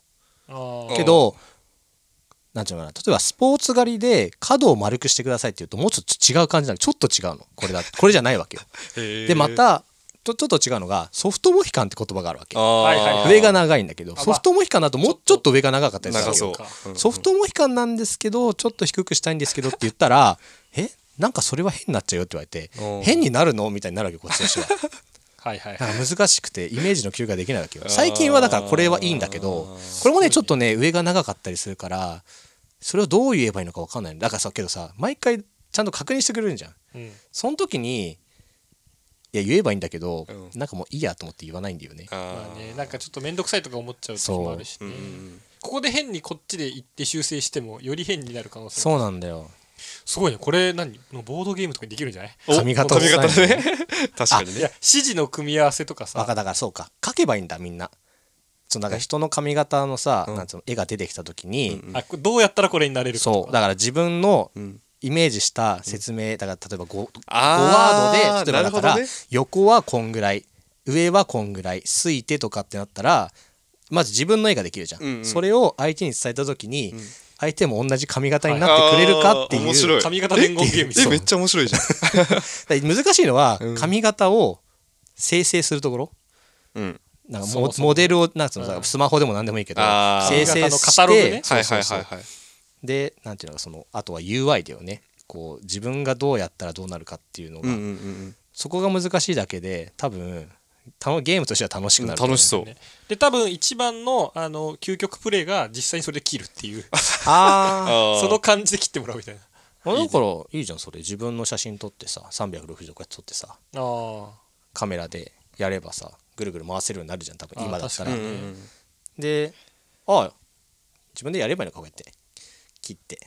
Speaker 3: あ
Speaker 2: うん
Speaker 1: けどなんていうのかな例えばスポーツ狩りで角を丸くしてくださいって言うともうちょっと違う感じなのちょっと違うのこれだこれじゃないわけよ
Speaker 2: (laughs) へー
Speaker 1: でまたちょちょっと違うのがソフトモヒカンって言葉があるわけ
Speaker 2: あー
Speaker 3: はいはい
Speaker 1: 上が長いんだけど
Speaker 3: まあ
Speaker 1: ソフトモヒカンだともうちょっと上が長かったりするわ
Speaker 2: 長
Speaker 1: け
Speaker 2: そう
Speaker 1: よ
Speaker 3: そうか
Speaker 2: うん
Speaker 1: ソフトモヒカンなんですけどちょっと低くしたいんですけどって言ったら「えなんかそれは変になっちゃうよ」って言われて
Speaker 2: う
Speaker 1: 「
Speaker 2: ん
Speaker 1: 変になるの?」みたいになるわけこっちとしては
Speaker 3: はいはいはい
Speaker 1: なんか難しくてイメージの休暇できないわけよ最近はだからこれはいいんだけどこれもねちょっとね上が長かったりするからそれをどう言えばいいのか分かんないのだからさけどさ毎回ちゃんと確認してくれるんじゃん
Speaker 3: うん
Speaker 1: その時にいや言えばいいんだけど、
Speaker 2: うん
Speaker 1: なんかもういいやと思って言わないんだよね
Speaker 2: あー
Speaker 3: まあねなんかちょっと面倒くさいとか思っちゃう時もあるし
Speaker 2: う
Speaker 3: ね、
Speaker 2: んうん
Speaker 3: ここで変にこっちで行って修正してもより変になる可能性
Speaker 1: そうなんだよ
Speaker 3: すごいねこれ何ボードゲームとかにできるんじゃない
Speaker 2: お
Speaker 1: 髪型を
Speaker 2: 髪型ね (laughs) 確かに
Speaker 3: いや
Speaker 2: ね
Speaker 3: 指示の組み合わせとか
Speaker 1: バ
Speaker 3: さ
Speaker 1: カだからそうか書けばいいんだみんなそのなんか人の髪型のさ、
Speaker 2: うん
Speaker 1: なんつうの絵が出てきた時に、
Speaker 2: うん
Speaker 3: あこれどうやったらこれになれるかと
Speaker 1: そ
Speaker 3: か
Speaker 1: うだから自分の
Speaker 2: うん
Speaker 1: イメージした説明、だから例えば 5,
Speaker 2: あー
Speaker 1: ワードで例えばだか
Speaker 2: な
Speaker 1: ら、
Speaker 2: るほどね
Speaker 1: 横はこんぐらい上はこんぐらいすいてとかってなったらまず自分の絵ができるじゃん、
Speaker 2: うんうん
Speaker 1: それを相手に伝えた時に、
Speaker 2: ん
Speaker 1: 相手も同じ髪型になってくれるかっていう、
Speaker 2: あー面白い
Speaker 3: 髪型伝言ゲームみたい
Speaker 2: え
Speaker 3: な
Speaker 2: めっちゃ面白いじゃん
Speaker 1: だから難しいのは
Speaker 2: うん
Speaker 1: 髪型を生成するところ
Speaker 2: うん
Speaker 1: なんか
Speaker 3: そ
Speaker 1: モ
Speaker 3: もそも
Speaker 1: モデルをなんつうの
Speaker 3: う
Speaker 1: さ
Speaker 3: ん
Speaker 1: スマホでも何でもいいけど
Speaker 2: あー
Speaker 1: 生成
Speaker 3: 髪型の
Speaker 1: して
Speaker 3: カタログね
Speaker 1: そ
Speaker 2: は
Speaker 1: う
Speaker 2: い
Speaker 1: そ
Speaker 2: は
Speaker 1: う
Speaker 2: い
Speaker 1: そう
Speaker 2: はいはい
Speaker 1: でなんていうのかそのあとは UI だよねこう自分がどうやったらどうなるかっていうの
Speaker 2: う
Speaker 1: が、
Speaker 2: んうんうん
Speaker 1: そこが難しいだけで多分たのゲームとしては楽し
Speaker 2: う
Speaker 1: く
Speaker 2: ん
Speaker 1: なると思う
Speaker 2: 楽しそう
Speaker 3: ねで多分一番のあの究極プレイが実際にそれで切るっていう
Speaker 1: あ (laughs) あ
Speaker 2: あー
Speaker 3: その感じで切ってもらうみたいな
Speaker 1: だからいいじゃんそれ自分の写真撮ってさ360度こうやって撮ってさ
Speaker 3: あ
Speaker 1: カメラでやればさぐるぐる回せるようになるじゃん多分
Speaker 3: あー
Speaker 1: 今だった
Speaker 2: う
Speaker 1: ら
Speaker 2: んうんうん
Speaker 1: でああ自分でやればいいのかこうやって切って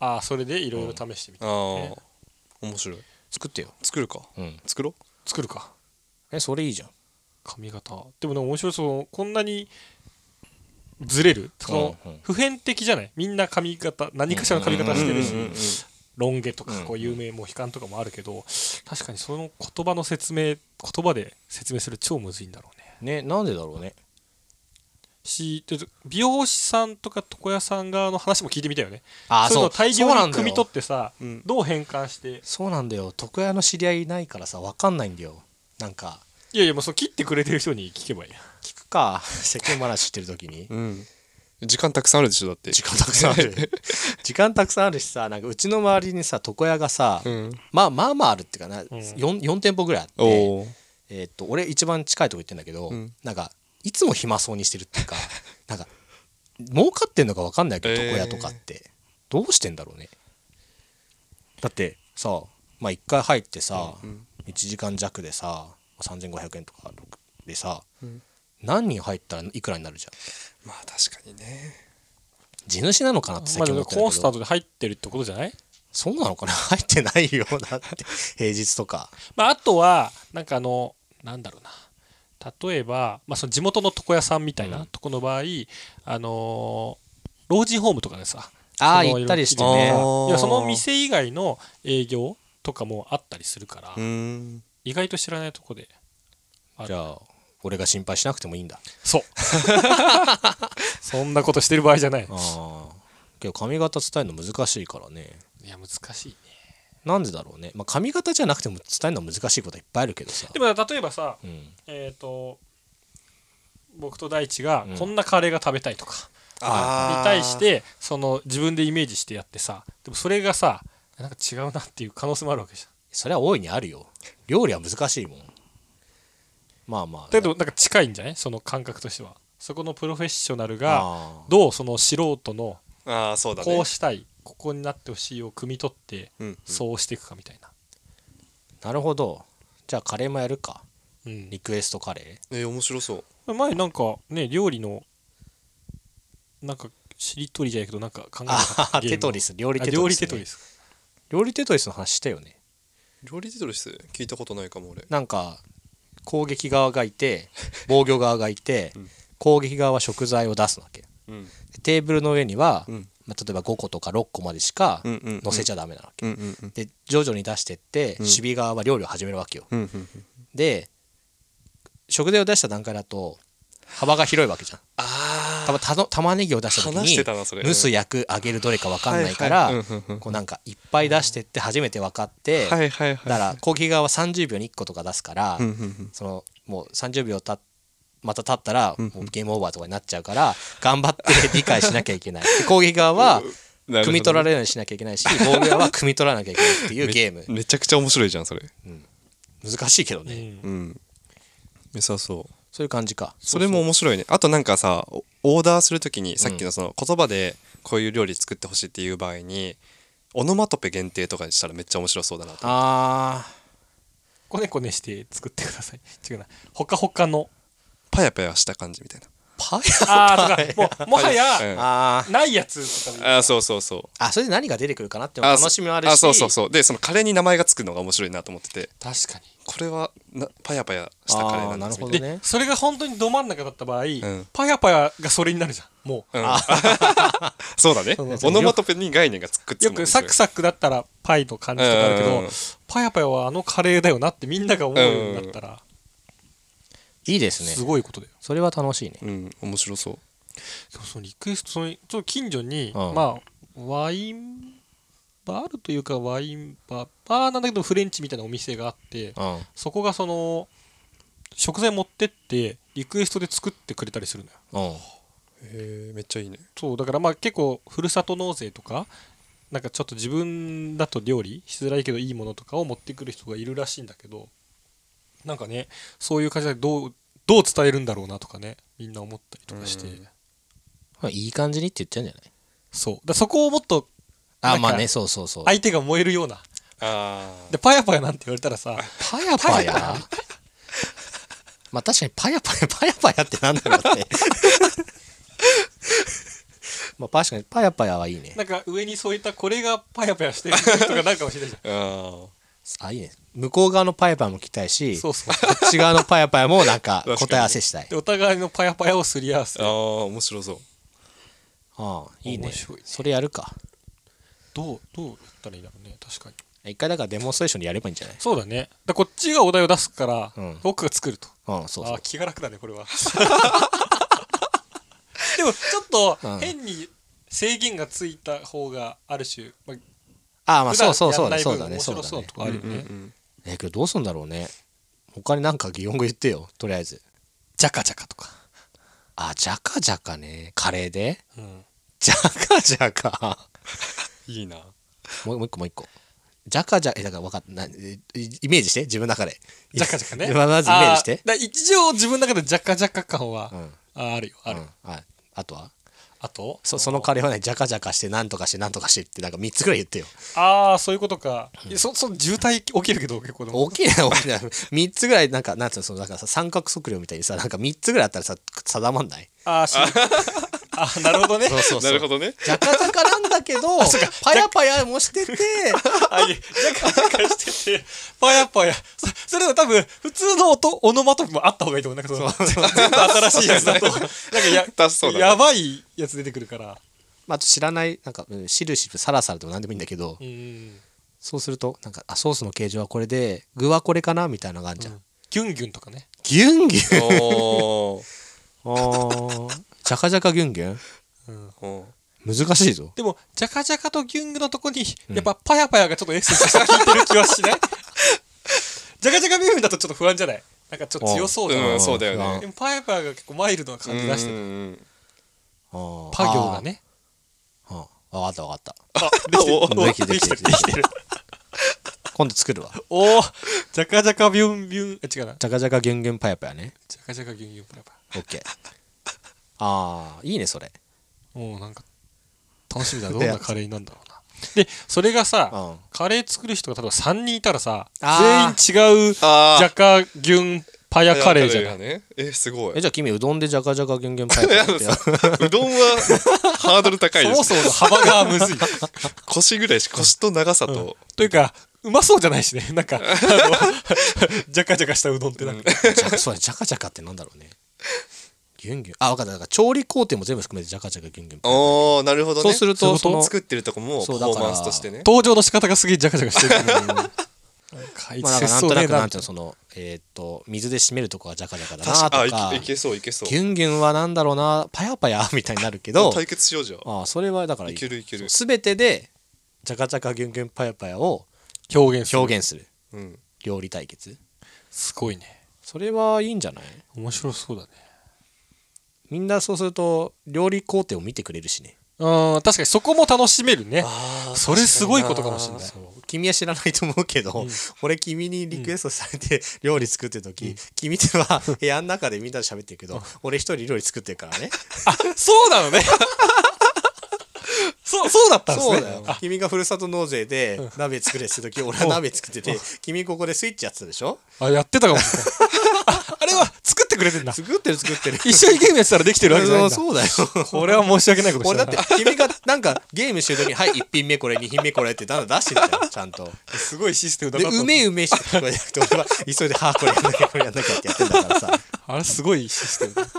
Speaker 3: あーそれでいろいろ試してみて、
Speaker 2: あー面白い
Speaker 1: 作ってよ
Speaker 2: 作るか
Speaker 1: うん
Speaker 2: 作ろ
Speaker 3: 作るか
Speaker 1: えそれいいじゃん
Speaker 3: 髪型でもなんか面白いそうこんなにずれるその、
Speaker 1: うんうん
Speaker 3: 普遍的じゃないみんな髪型何かしらの髪型
Speaker 2: う
Speaker 3: してる
Speaker 2: う
Speaker 3: し、
Speaker 2: んうんうんうん
Speaker 3: ロン毛とか
Speaker 1: うん
Speaker 3: こう有名モヒカンとかもあるけど、確かにその言葉の説明言葉で説明する超むずいんだろうね
Speaker 1: ねなんでだろうね
Speaker 3: しで美容師さんとか床屋さん側の話も聞いてみたよね
Speaker 1: あ
Speaker 3: そういうのを大量
Speaker 1: 組
Speaker 3: に汲
Speaker 1: み取
Speaker 3: み取
Speaker 1: っ
Speaker 3: ってさ、
Speaker 2: うん
Speaker 3: どう変換して
Speaker 1: そうなんだよ床屋の知り合いいないからさ分かんないんだよなんか
Speaker 3: いやいやもうそう切ってくれてる人に聞けばいいや
Speaker 1: 聞くか (laughs) 世間話してる時に
Speaker 2: うん時間たくさんあるでしょだって
Speaker 1: 時間たくさんある (laughs) 時間たくさんあるしさなんかうちの周りにさ床屋がさ、
Speaker 2: (laughs) うん
Speaker 1: まあまあまああるっていうかな、
Speaker 3: ん
Speaker 1: 四四 4, 店舗ぐらいあって、
Speaker 2: おお
Speaker 1: えーっと俺一番近いとこ行ってんだけど、
Speaker 2: うん
Speaker 1: なんかいつも暇そうにしてるっていうかなんか儲かってんのか分かんないけど
Speaker 2: えー
Speaker 1: 床屋とかって、どうしてんだろうねだってさまあ1回入ってさ、1時間弱でさ3500円とかでさ、何人入ったらいくらになるじゃん
Speaker 2: まあ確かにね
Speaker 1: 地主なのかなって
Speaker 3: ま
Speaker 1: 最
Speaker 3: あで
Speaker 1: 近思ってんだ
Speaker 3: も
Speaker 1: けど
Speaker 3: コンスタントで入ってるってことじゃない
Speaker 1: そうなのかな (laughs) 入ってないよだって平日とか
Speaker 3: まあ、あとはなんかあのなんだろうな例えば、まあ、その地元の床屋さんみたいなとこの場合、あのー老人ホームとかでさ
Speaker 1: ああ
Speaker 3: その
Speaker 1: 行ったりして
Speaker 2: いろい
Speaker 1: ね
Speaker 2: ろ聞いて
Speaker 1: あー
Speaker 2: あー
Speaker 3: いやその店以外の営業とかもあったりするから、
Speaker 2: うん
Speaker 3: 意外と知らないとこである
Speaker 1: じゃあ俺が心配しなくてもいいんだ
Speaker 3: そう (laughs) そんなことしてる場合じゃない
Speaker 1: ああけど髪型伝えるの難しいからね
Speaker 3: いや難しいね
Speaker 1: なんでだろうね、まあ、髪型じゃなくても伝えるのは難しいことはいっぱいあるけどさ
Speaker 3: でも例えばさ
Speaker 1: うん、
Speaker 3: えっ、と僕と大地が
Speaker 1: うん
Speaker 3: こんなカレーが食べたいとか、
Speaker 2: あー
Speaker 3: に対してその自分でイメージしてやってさでもそれがさなんか違うなっていう可能性もあるわけじゃ
Speaker 1: それは大いにあるよ料理は難しいもんまあまあ
Speaker 3: んだけどなんか近いんじゃないその感覚としてはそこのプロフェッショナルが
Speaker 1: あー
Speaker 3: どうその素人の
Speaker 2: ああそうだね
Speaker 3: こうしたいここになってほしいを汲み取って
Speaker 2: うんうん
Speaker 3: そうしていくかみたいな
Speaker 1: なるほどじゃあカレーもやるか
Speaker 3: うん
Speaker 1: リクエストカレ
Speaker 2: えー面白そう
Speaker 3: 前なんかね料理のなんかしりとりじゃないけどなんか考えなかった
Speaker 1: ー
Speaker 3: ゲーム
Speaker 1: テトリス料理
Speaker 3: あ
Speaker 1: テ
Speaker 3: 料
Speaker 1: トリ
Speaker 3: 理
Speaker 1: スね、
Speaker 3: テトリス
Speaker 1: 料理テトリスの話したよね
Speaker 2: 料理テトリス聞いたことないかも俺
Speaker 1: なんか攻撃側がいて防御側がいて、
Speaker 2: ん
Speaker 1: 攻撃側は食材を出すわけ
Speaker 2: うん
Speaker 1: テーブルの上には、
Speaker 2: うん
Speaker 1: まあ、例えば5個とか6個までしか
Speaker 2: うんうんうん
Speaker 1: 載せちゃダメなわけ、
Speaker 2: うんうんうん
Speaker 1: で徐々に出してって、
Speaker 2: ん
Speaker 1: 守備側は料理を始めるわけよ
Speaker 2: うんうんうん
Speaker 1: で食材を出した段階だと幅が広いわけじゃん
Speaker 2: あ
Speaker 1: たまたの玉ねぎを出した時
Speaker 2: 話してたなそ
Speaker 1: に
Speaker 2: れ
Speaker 1: 蒸す焼く揚げるどれか分かんないか
Speaker 2: はい
Speaker 1: ら
Speaker 2: はいうんうんうん
Speaker 1: こうなんかいっぱい出してって初めて分かって、
Speaker 2: はいはいはい
Speaker 1: だから攻撃側は30秒に1個とか出すから、
Speaker 2: うんうんうん
Speaker 1: そのもう30秒たまた経ったら
Speaker 2: んうん
Speaker 1: もうゲームオーバーとかになっちゃうから頑張って理解しなきゃいけ
Speaker 2: (laughs)
Speaker 1: ないで攻撃側は
Speaker 2: なる
Speaker 1: 汲
Speaker 2: ほど
Speaker 1: み取られるようにしなきゃいけない
Speaker 2: (laughs)
Speaker 1: し防御側は汲み取らなきゃいけないっていうゲーム
Speaker 2: めちゃくちゃ面白いじゃんそれ
Speaker 1: 難しいけどね、
Speaker 3: うん
Speaker 2: うん良さそう
Speaker 1: そういう感じか
Speaker 2: それも面白いねあとなんかさおオーダーするときにさっきのその言葉でこういう料理作ってほしいっていう場合にオノマトペ限定とかにしたらめっちゃ面白そうだなと思っ
Speaker 1: あ
Speaker 3: こねこねして作ってください違うなほかほかの
Speaker 2: てパヤパヤした感じみたいな
Speaker 1: パヤ
Speaker 3: ああそうかもうもは
Speaker 2: う
Speaker 3: や
Speaker 2: (laughs) ん
Speaker 1: あー
Speaker 3: ないやつとか
Speaker 2: あーそうそうそう
Speaker 1: あそれで何が出てくるかなっていうのも楽しみもあるし
Speaker 2: あそうそうそうでそのカレーに名前がつくのが面白いなと思ってて
Speaker 3: 確かに
Speaker 2: これはなパヤパヤしたカレ
Speaker 1: あー
Speaker 2: ーなんです
Speaker 1: なるほど
Speaker 2: みたい
Speaker 1: ね
Speaker 3: でそれが本当にど真ん中だった場合、
Speaker 2: ん
Speaker 3: パヤパヤがそれになるじゃんもう
Speaker 2: うんそうだね
Speaker 1: うそう
Speaker 2: オノマトペに概念がつくっつ
Speaker 3: よ
Speaker 2: うのも
Speaker 3: く
Speaker 2: 面
Speaker 3: サ
Speaker 2: 白い
Speaker 3: クサクだったらパイの感じとかあるけど、
Speaker 2: うん
Speaker 3: パヤパヤはあのカレーだよなってみんなが思うようになったら
Speaker 1: いいです
Speaker 3: す
Speaker 1: ね
Speaker 3: ごいことだよ、
Speaker 1: それは楽しいね
Speaker 2: うん面白そう
Speaker 3: でもそのリクエストそのちょっと近所に、
Speaker 1: うん
Speaker 3: まあワインバールというかワインバーバーなんだけどフレンチみたいなお店があって
Speaker 1: うん
Speaker 3: そこがその食材持ってってリクエストで作ってくれたりするのよ
Speaker 1: うん
Speaker 2: へえめっちゃいいね
Speaker 3: そうだからまあ結構ふるさと納税とかなんかちょっと自分だと料理しづらいけどいいものとかを持ってくる人がいるらしいんだけどなんかねそういう感じでどうどう伝えるんだろうなとかねみんな思ったりとかして
Speaker 2: うん
Speaker 1: まあいい感じにって言っちゃうんじゃない
Speaker 3: そうだそこをもっと
Speaker 1: あ
Speaker 3: なんか
Speaker 1: まあねそうそうそう
Speaker 3: 相手が燃えるような
Speaker 2: ああ
Speaker 3: でパヤパヤなんて言われたらさ
Speaker 1: パヤパ
Speaker 3: パ
Speaker 1: ヤまあ確かにパヤパヤパヤパヤってなんだろう
Speaker 3: (laughs)
Speaker 1: ってまあ確かにパヤパヤはいいね
Speaker 3: なんか上に添えたこれがパヤパヤしてる人がなんかもしれ
Speaker 1: (laughs)
Speaker 3: ないじゃ
Speaker 2: あ
Speaker 1: あいいね向こう側のパヤパヤも聞きたいし
Speaker 3: んそうそう
Speaker 1: こっち側のパヤパヤもなん
Speaker 3: (laughs)
Speaker 1: か
Speaker 2: 確かに
Speaker 1: 答え合わせしたい
Speaker 3: でお互いのパヤパヤをすり合わせ
Speaker 2: ーあー面白そう
Speaker 1: ああいいね
Speaker 3: 面白いね
Speaker 1: それやるか
Speaker 3: どうどうやったらいいだろうね確かに
Speaker 1: 一回だからデモンストレーションでやればいいんじゃない
Speaker 3: そうだねだからこっちがお題を出すから、
Speaker 1: うん
Speaker 3: 僕が作ると
Speaker 1: うんそうそ
Speaker 3: あ
Speaker 1: う
Speaker 3: ー気が楽だね
Speaker 1: (laughs)
Speaker 3: これは (laughs) でもちょっ
Speaker 1: う
Speaker 3: と
Speaker 1: ん
Speaker 3: 変に制限がついた方がある種、ま
Speaker 1: ああ
Speaker 3: あ、
Speaker 1: まあ
Speaker 3: 普
Speaker 1: そ
Speaker 3: 段
Speaker 1: うそうそ
Speaker 3: や
Speaker 1: うんだ
Speaker 3: な
Speaker 1: ね
Speaker 3: い
Speaker 1: そうだねそう
Speaker 3: 分面白
Speaker 1: だ
Speaker 3: そう
Speaker 1: ね
Speaker 3: なとこあるよ
Speaker 2: うんう
Speaker 3: ね
Speaker 2: ん
Speaker 1: えけどどうすんだろうね他になんか擬音語言ってよとりあえず
Speaker 3: ジャカジャカとか、
Speaker 1: あじゃかじゃかねカレーで
Speaker 3: うん、
Speaker 1: じゃかじゃか
Speaker 2: いいな
Speaker 1: もうもう一個もう一個じゃかじゃえだから分かんないえイメージして自分の中で
Speaker 3: ジャカジャカね
Speaker 1: (laughs) ままずイメージして
Speaker 3: あだ一応自分の中でジャカジャカ感は、
Speaker 1: うん
Speaker 3: ああるよある、
Speaker 1: うんああとは
Speaker 3: あと
Speaker 1: そそのカレーはねじゃかじゃかしてなんとかしてなんとかしてってなんか3つぐらい言ってよ
Speaker 3: ああそういうことか、いやそそ渋滞起きるけど結構でも
Speaker 1: 大きいな大きいな3つぐらいなんかなんつうのそのなんかさ三角測量みたいにさなんか3つぐらいあったらさ定まんない
Speaker 3: あーし (laughs) あーなるほどね
Speaker 1: そうそうそう
Speaker 2: なるほどね
Speaker 1: じゃかじゃかなんだけどパヤパヤもしてて
Speaker 3: あいえジャカジャカしててパヤパヤそそれは多分普通の音オノマトペもあった方がいいと思うなんかその全部新しいやつだとなんか
Speaker 1: (laughs)
Speaker 3: や
Speaker 2: だそうだね
Speaker 3: やばいやつ出てくるから
Speaker 1: まああと知らないなんかうんシルシルサラサラでも何でもいいんだけど、
Speaker 3: うん
Speaker 1: そうするとなんかあソースの形状はこれで具はこれかなみたいなのがあるじゃん、
Speaker 3: ギュンギュンとかね
Speaker 1: ギュンギュン
Speaker 2: おー
Speaker 1: あーじゃかじゃかギュンギュン
Speaker 2: うん
Speaker 1: 難しいぞ
Speaker 3: でもジャカジャカとギュンギュンのとこにやっぱパヤパヤがちょっとエッセンスが効いてる気はし
Speaker 2: (laughs)
Speaker 3: ないジャカジャカビュンだとちょっと不安じゃないなんかちょっと強そうじゃ
Speaker 2: うん
Speaker 3: ん
Speaker 2: そうだよね
Speaker 3: でもパヤパヤが結構マイルドな感じ出して
Speaker 2: う
Speaker 3: る
Speaker 2: んうんうん
Speaker 1: あー
Speaker 3: パ行がね
Speaker 1: あーうんあ分かった分かった
Speaker 3: あできて
Speaker 2: お
Speaker 3: る
Speaker 1: できてるで
Speaker 3: できて
Speaker 1: き
Speaker 3: る
Speaker 1: てる
Speaker 3: できてる
Speaker 1: 今度作るわ
Speaker 3: おおジャカジャカビュンビュンあ違うな
Speaker 1: じゃかじゃかギュンギュンパヤパヤね
Speaker 3: ジャカジャカギュンギュンパラパラ
Speaker 1: OK あーいいねそれ
Speaker 3: もうなんか
Speaker 2: (laughs)
Speaker 3: 楽しみだどん
Speaker 1: で
Speaker 3: なカレーになんだろうなでそれがさ、
Speaker 1: うん
Speaker 3: カレー作る人が例えば3人いたらさ
Speaker 1: あー
Speaker 3: 全員違うジ
Speaker 2: あー
Speaker 3: ャカギュンパヤカレーじゃない
Speaker 2: カねえすごい
Speaker 1: えじゃあ君うどんでじゃかじゃかギュンギュンパヤパヤってやる
Speaker 2: うどんはハードル高い
Speaker 3: そ
Speaker 2: で
Speaker 3: も
Speaker 2: す
Speaker 3: そもの幅がむずい
Speaker 2: 腰ぐらいし腰と長さと、
Speaker 3: というかうまそうじゃないしね (laughs) なんかあのジャカジャカしたうどんってなんか、
Speaker 1: じゃ (laughs) そうだじゃかじゃかってなんだろうねギュンギュンあ分かっただから調理工程も全部含めてじゃかじゃかギュンギュンパヤパヤ
Speaker 2: おおなるほどね
Speaker 1: そうすると
Speaker 2: ういうこと
Speaker 1: その
Speaker 2: 作ってるとこも
Speaker 1: そ
Speaker 2: パ
Speaker 1: う
Speaker 2: フ
Speaker 1: だから
Speaker 2: ォーマンスとしてね
Speaker 3: 登場の仕方がすげえジャカジャカして
Speaker 1: (laughs)
Speaker 3: るなんかあいつ
Speaker 1: まあ、なんかなんと
Speaker 3: 節操ね
Speaker 1: な
Speaker 3: え
Speaker 1: くなん
Speaker 3: な
Speaker 1: ていうのそのえーっと水で締めるとこはジャカジャカだなと
Speaker 2: 確か
Speaker 1: か
Speaker 2: あいけいけそういけそう
Speaker 1: ギュンギュンはなんだろうなパヤパヤみたいになるけど
Speaker 2: 対決しようじゃん
Speaker 1: ああそれはだから
Speaker 2: いけるいける
Speaker 1: そう全てでジャカジャカギュンギュンパヤパヤを
Speaker 3: 表現する
Speaker 1: 表現する
Speaker 2: うん
Speaker 1: 料理対決
Speaker 3: すごいね
Speaker 1: それはいいんじゃない
Speaker 3: 面白そうだね
Speaker 1: みんなそうすると料理工程を見てくれるしね
Speaker 3: うん確かにそこも楽しめるね
Speaker 2: あ
Speaker 3: それすごいことかもしれない
Speaker 1: 君は知らないと思うけど、俺君にリクエストされて料理作ってる時、君とは部屋の中でみんなで喋ってるけど、俺一人料理作ってるからね
Speaker 3: あそうなのね (laughs) そうそうだったんです
Speaker 1: そ
Speaker 3: ね
Speaker 1: うだよ君がふるさと納税で鍋作れって時俺は鍋作ってて君ここでスイッチやってたでしょ
Speaker 3: あやってたかも (laughs) しれないああれは作ってくれてんだ
Speaker 1: 作ってる作ってる
Speaker 3: 一緒にゲームやってたらできてるわけじゃないん
Speaker 1: (laughs)
Speaker 3: だ
Speaker 1: そうだよ
Speaker 3: これは申し訳ないことし
Speaker 1: 俺
Speaker 3: た
Speaker 1: だ
Speaker 3: な
Speaker 1: って君がなんかゲームしてる時に「はい1品目これ2品目これ」ってだんだん出してるじゃんちゃんと
Speaker 3: すごいシステムだ
Speaker 1: で
Speaker 3: なと
Speaker 1: う
Speaker 3: 思って
Speaker 1: めえうめえしか聞こえなくて俺は急いで「はあこれやんなきゃこれやんなきゃ」ってやってんだからさ
Speaker 3: あれすごいシステムだ (laughs)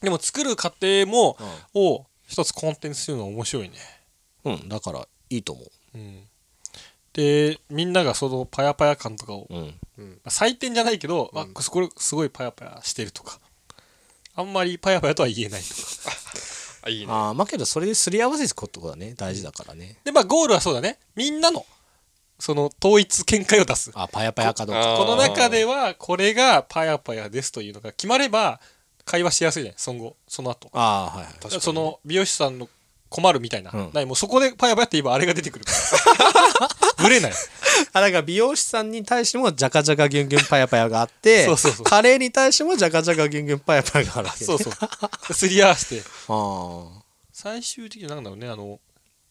Speaker 3: でも作る過程も、を一つコンテンツするのは面白いね、
Speaker 1: うんだからいいと思う
Speaker 3: うん、でみんながそのパヤパヤ感とかを、
Speaker 1: うん
Speaker 3: まあ採点じゃないけど、あこれすごいパヤパヤしてるとかあんまりパヤパヤとは言えないとか
Speaker 2: あいいね
Speaker 1: ああまあけどそれですり合わせることがね大事だからね
Speaker 3: でまあゴールはそうだねみんなのその統一見解を出すこ
Speaker 1: あパヤパヤかどう
Speaker 2: あ
Speaker 1: か
Speaker 2: ー
Speaker 3: の中ではこれがパヤパヤですというのが決まれば会話しやすいじゃないその後その後
Speaker 1: ああはいはい
Speaker 2: 確かに
Speaker 3: その美容師さんの困るみたいな、
Speaker 1: うん
Speaker 3: ないもうそこでパヤパヤって言えばあれが出
Speaker 1: (laughs)
Speaker 3: てくるからぶれない
Speaker 1: あだから美容師さんに対してもジャカジャカギュンギュンパヤパヤがあって
Speaker 3: (laughs) そうそうそう
Speaker 1: カレーに対してもジャカジャカギュンギュンパヤパヤがあるわけ
Speaker 3: そうそう (laughs) すり合わせて
Speaker 1: あ
Speaker 3: 最終的になんだろうねあの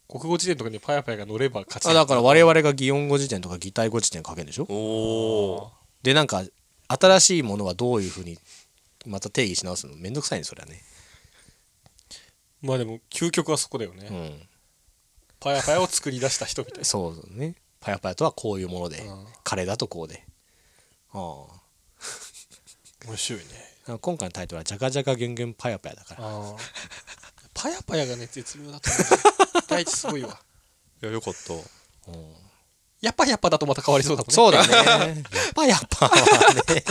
Speaker 3: 国語辞典とかにパヤパヤが乗れば勝ち
Speaker 1: あだから我々が擬音語辞典とか擬態語辞典書けるんでしょ
Speaker 2: おお
Speaker 1: でなんか新しいものはどういうふうにまた定義し直すのめんどくさいねそれはね
Speaker 3: まあでも究極はそこだよね、
Speaker 1: う
Speaker 3: パヤパヤを作り出した人
Speaker 1: (laughs)
Speaker 3: みたい
Speaker 1: んそうねパヤパヤとはこういうもので、
Speaker 3: うん
Speaker 1: カレーだとこうでああ
Speaker 3: な面白いね
Speaker 1: なんか今回のタイトルはジャカジャカギュンギュンパヤパヤだから
Speaker 3: あ
Speaker 1: (laughs)
Speaker 3: あパヤパヤがね絶妙だと思う第一すごいわ
Speaker 2: いやよかった
Speaker 1: うん
Speaker 3: やっぱやっぱだとまた変わりそうだもんね
Speaker 1: そうだね。やっぱやっぱはね。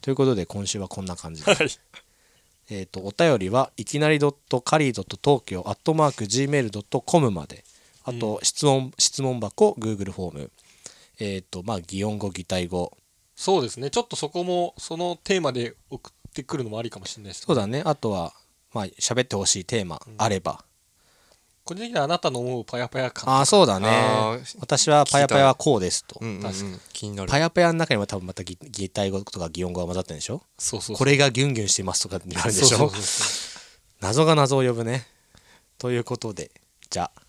Speaker 1: ということで今週はこんな感じで
Speaker 3: はい
Speaker 1: えっとお便りはいきなり .carry.tokyo.gmail.com まであと質問,、質問箱 Google フォームえっ、とまあ擬音語擬態語
Speaker 3: そうですねちょっとそこもそのテーマで送ってくるのもありかもしれないですね
Speaker 1: そうだねあとはまあ喋ってほしいテーマあれば、
Speaker 3: 個人的にはあなたの思うパヤパヤ感
Speaker 1: ああそうだね
Speaker 2: あー
Speaker 1: 私はパヤパヤはこうですと、
Speaker 2: うんうん、う
Speaker 3: 確か
Speaker 2: ん、気になる
Speaker 1: パヤパヤの中にも多分また擬擬態語とか擬音語が混ざってるんでしょ
Speaker 3: そうそうそう
Speaker 1: これがギュンギュンしてますとかになるんでしょ
Speaker 3: そうそうそうそう
Speaker 1: 謎が謎を呼ぶねということでじゃあ